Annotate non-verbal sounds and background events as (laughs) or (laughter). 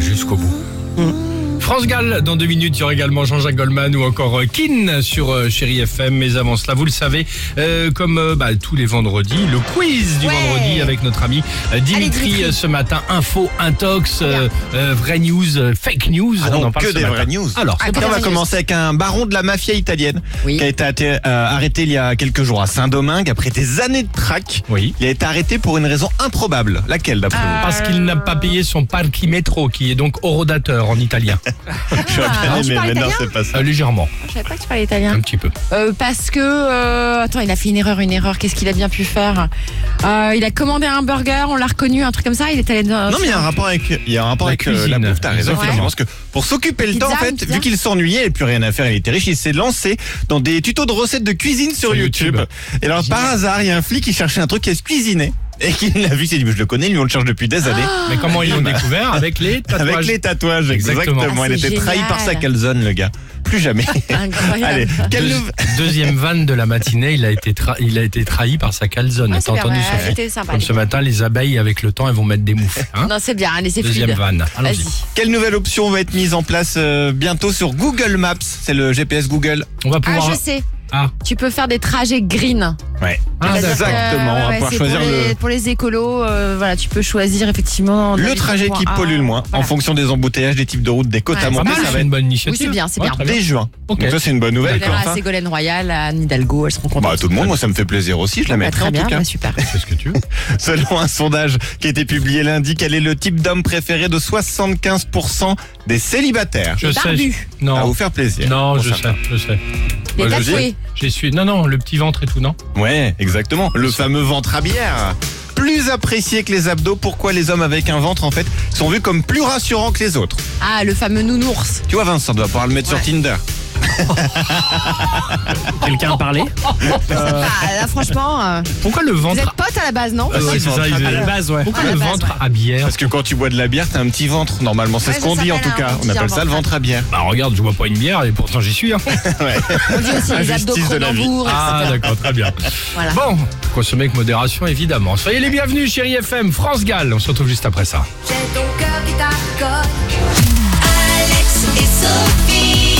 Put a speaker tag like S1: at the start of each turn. S1: jusqu'au bout.
S2: Mm.
S1: France Gall, dans deux minutes, il y aura également Jean-Jacques Goldman ou encore euh, Kin sur euh, Chéri FM. Mais avant cela, vous le savez, euh, comme euh, bah, tous les vendredis, le quiz du
S2: Ouais.
S1: vendredi avec notre ami euh, Dimitri,
S2: Allez, Dimitri.
S1: euh, ce matin. Info, intox, euh, euh, vraie news, euh, fake news.
S3: Ah non, que
S1: ce
S3: des
S1: matin.
S3: vraies news.
S1: Alors, c'est
S2: Ah,
S1: parti.
S3: on va
S2: merveilleuse.
S3: commencer avec un baron de la mafia italienne
S2: Oui.
S3: qui a été athé- euh, arrêté il y a quelques jours à Saint-Domingue après des années de traque.
S2: Ah.
S1: Oui.
S3: Il a été arrêté pour une raison improbable. Laquelle d'après vous
S1: Parce qu'il n'a pas payé son parchimetro, qui est donc horodateur en italien.
S3: (laughs)
S2: Ah, tu parles italien
S3: c'est pas ça.
S1: Euh, légèrement,
S2: Je savais pas que tu parlais italien.
S1: un petit peu.
S2: Euh, parce que. euh, attends, il a fait une erreur, une erreur. Qu'est-ce qu'il a bien pu faire Euh, Il a commandé un burger, on l'a reconnu, un truc comme ça. Il est allé dans.
S3: Non mais il y a un rapport avec, il y a un rapport
S1: La
S3: avec euh, la
S1: cuisine.
S3: bouffe, t'as raison.
S1: Exactement.
S3: Je pense que pour s'occuper le
S2: Pizza,
S3: temps, en fait,
S2: pizza.
S3: vu qu'il s'ennuyait, il avait plus rien à faire, il était riche, il s'est lancé dans des tutos de recettes de cuisine sur,
S1: Sur
S3: YouTube.
S1: YouTube.
S3: Et alors par hasard, il y a un flic qui cherchait un truc à se cuisiner. Et qui l'a vu, il s'est dit, je le connais, lui on le cherche depuis des années.
S1: Mais comment
S3: (laughs)
S1: ils l'ont découvert Avec les tatouages.
S3: Bah. Avec les tatouages, exactement.
S1: Exactement.
S2: Ah,
S3: il
S2: c'est
S3: était trahi
S2: génial.
S3: par
S2: Ah.
S3: sa calzone, le gars. Plus jamais.
S2: (laughs) Incroyable.
S3: Allez, quelle
S1: Deux-
S2: (laughs)
S3: nouvelle-
S1: deuxième vanne de la matinée, il a été, tra- il a été trahi par sa calzone.
S2: Ouais, Ah, c'est
S1: T'as
S2: bien,
S1: entendu
S2: ouais,
S1: Sophie
S2: C'était sympa.
S1: Comme ce matin, les abeilles, avec le temps, elles vont mettre des moufles. hein
S2: Non, c'est bien, allez, c'est
S1: Deuxième
S2: fluide.
S1: vanne.
S2: Vas-y.
S1: Allons-y.
S3: (laughs) Quelle nouvelle option va être mise en place euh, bientôt sur Google Maps C'est le GPS Google.
S1: On va
S2: Ah,
S1: pouvoir.
S2: je sais.
S1: Ah.
S2: Tu peux faire des trajets green.
S3: Ouais.
S1: Ah,
S2: C'est-à-dire
S1: d'accord.
S2: que,
S3: Exactement, on va
S2: ouais,
S3: pouvoir
S2: bah, c'est
S3: choisir
S2: pour les,
S3: le-
S2: Pour les écolos, euh, voilà, tu peux choisir effectivement.
S3: Le
S2: d'aller
S3: trajet
S2: du point
S3: qui
S2: A.
S3: pollue le moins, en
S2: ah, Voilà.
S3: fonction des embouteillages, des types de routes, des côtes
S2: Ouais,
S3: à
S2: c'est
S1: Pas
S3: monter,
S1: mal,
S3: ça va
S1: Ah, c'est
S3: être
S1: une bonne initiative.
S2: Oui, c'est bien, c'est bien. Bah,
S1: très
S3: dès juin.
S1: Ok.
S3: Donc ça, c'est une bonne
S2: On
S3: nouvelle.
S2: verra
S3: Enfin,
S2: à Ségolène Royal, à Anne Hidalgo, elles seront contentes.
S3: bah, tout le monde, moi, ça me fait plaisir aussi. Je la
S2: Bah,
S3: mettrai
S2: très
S3: en
S2: bien,
S3: tout cas.
S2: bah, super.
S1: Fais ce que tu veux.
S3: Selon un sondage qui a été publié lundi, quel est le type d'homme préféré de 75% des célibataires
S1: Je
S2: Les
S1: sais.
S2: barbus.
S1: je-
S3: À vous
S1: Non.
S3: faire plaisir.
S1: Non,
S3: Pour
S1: je
S3: certains.
S1: sais, je sais.
S2: Les
S3: Moi, je
S2: tatoués.
S1: J'y suis. Non, non, le petit ventre et tout, non
S3: Ouais, exactement. Le fameux ventre à bière. Plus apprécié que les abdos, pourquoi les hommes avec un ventre, en fait, sont vus comme plus rassurants que les autres
S2: Ah, le fameux nounours.
S3: Tu vois, Vincent, on doit pouvoir le mettre
S2: Ouais.
S3: sur Tinder.
S1: Quelqu'un a parlé
S2: Ah, là, franchement, euh,
S1: Pourquoi le
S2: vous êtes
S1: ventre.
S2: potes à la base, non
S1: Ah, ouais,
S3: Ils
S1: c'est
S3: sont
S1: ça, ils-
S3: à la
S1: base, ouais. Pourquoi
S2: Ah, à
S1: le
S2: la base,
S1: ventre à bière
S3: Parce que quand tu bois de la bière, t'as un petit ventre, normalement. C'est
S2: Ouais,
S3: ce qu'on
S2: ça
S3: dit, en tout
S2: s'appelle un
S3: cas. On
S2: petit
S3: appelle ça le
S2: ventre
S3: ventre à bière.
S1: Bah regarde, je bois pas une bière et pourtant j'y suis. hein.
S3: Ouais.
S2: On dit aussi les abdos
S3: Injustice de la vie.
S2: Cronenbourg,
S1: Ah
S2: etc.
S1: d'accord, très bien.
S2: Voilà.
S1: Bon, consommer avec modération évidemment. Soyez les bienvenus chérie FM, France Gall, on se retrouve juste après ça.
S4: J'ai ton cœur qui t'accorde. Alex et Sophie.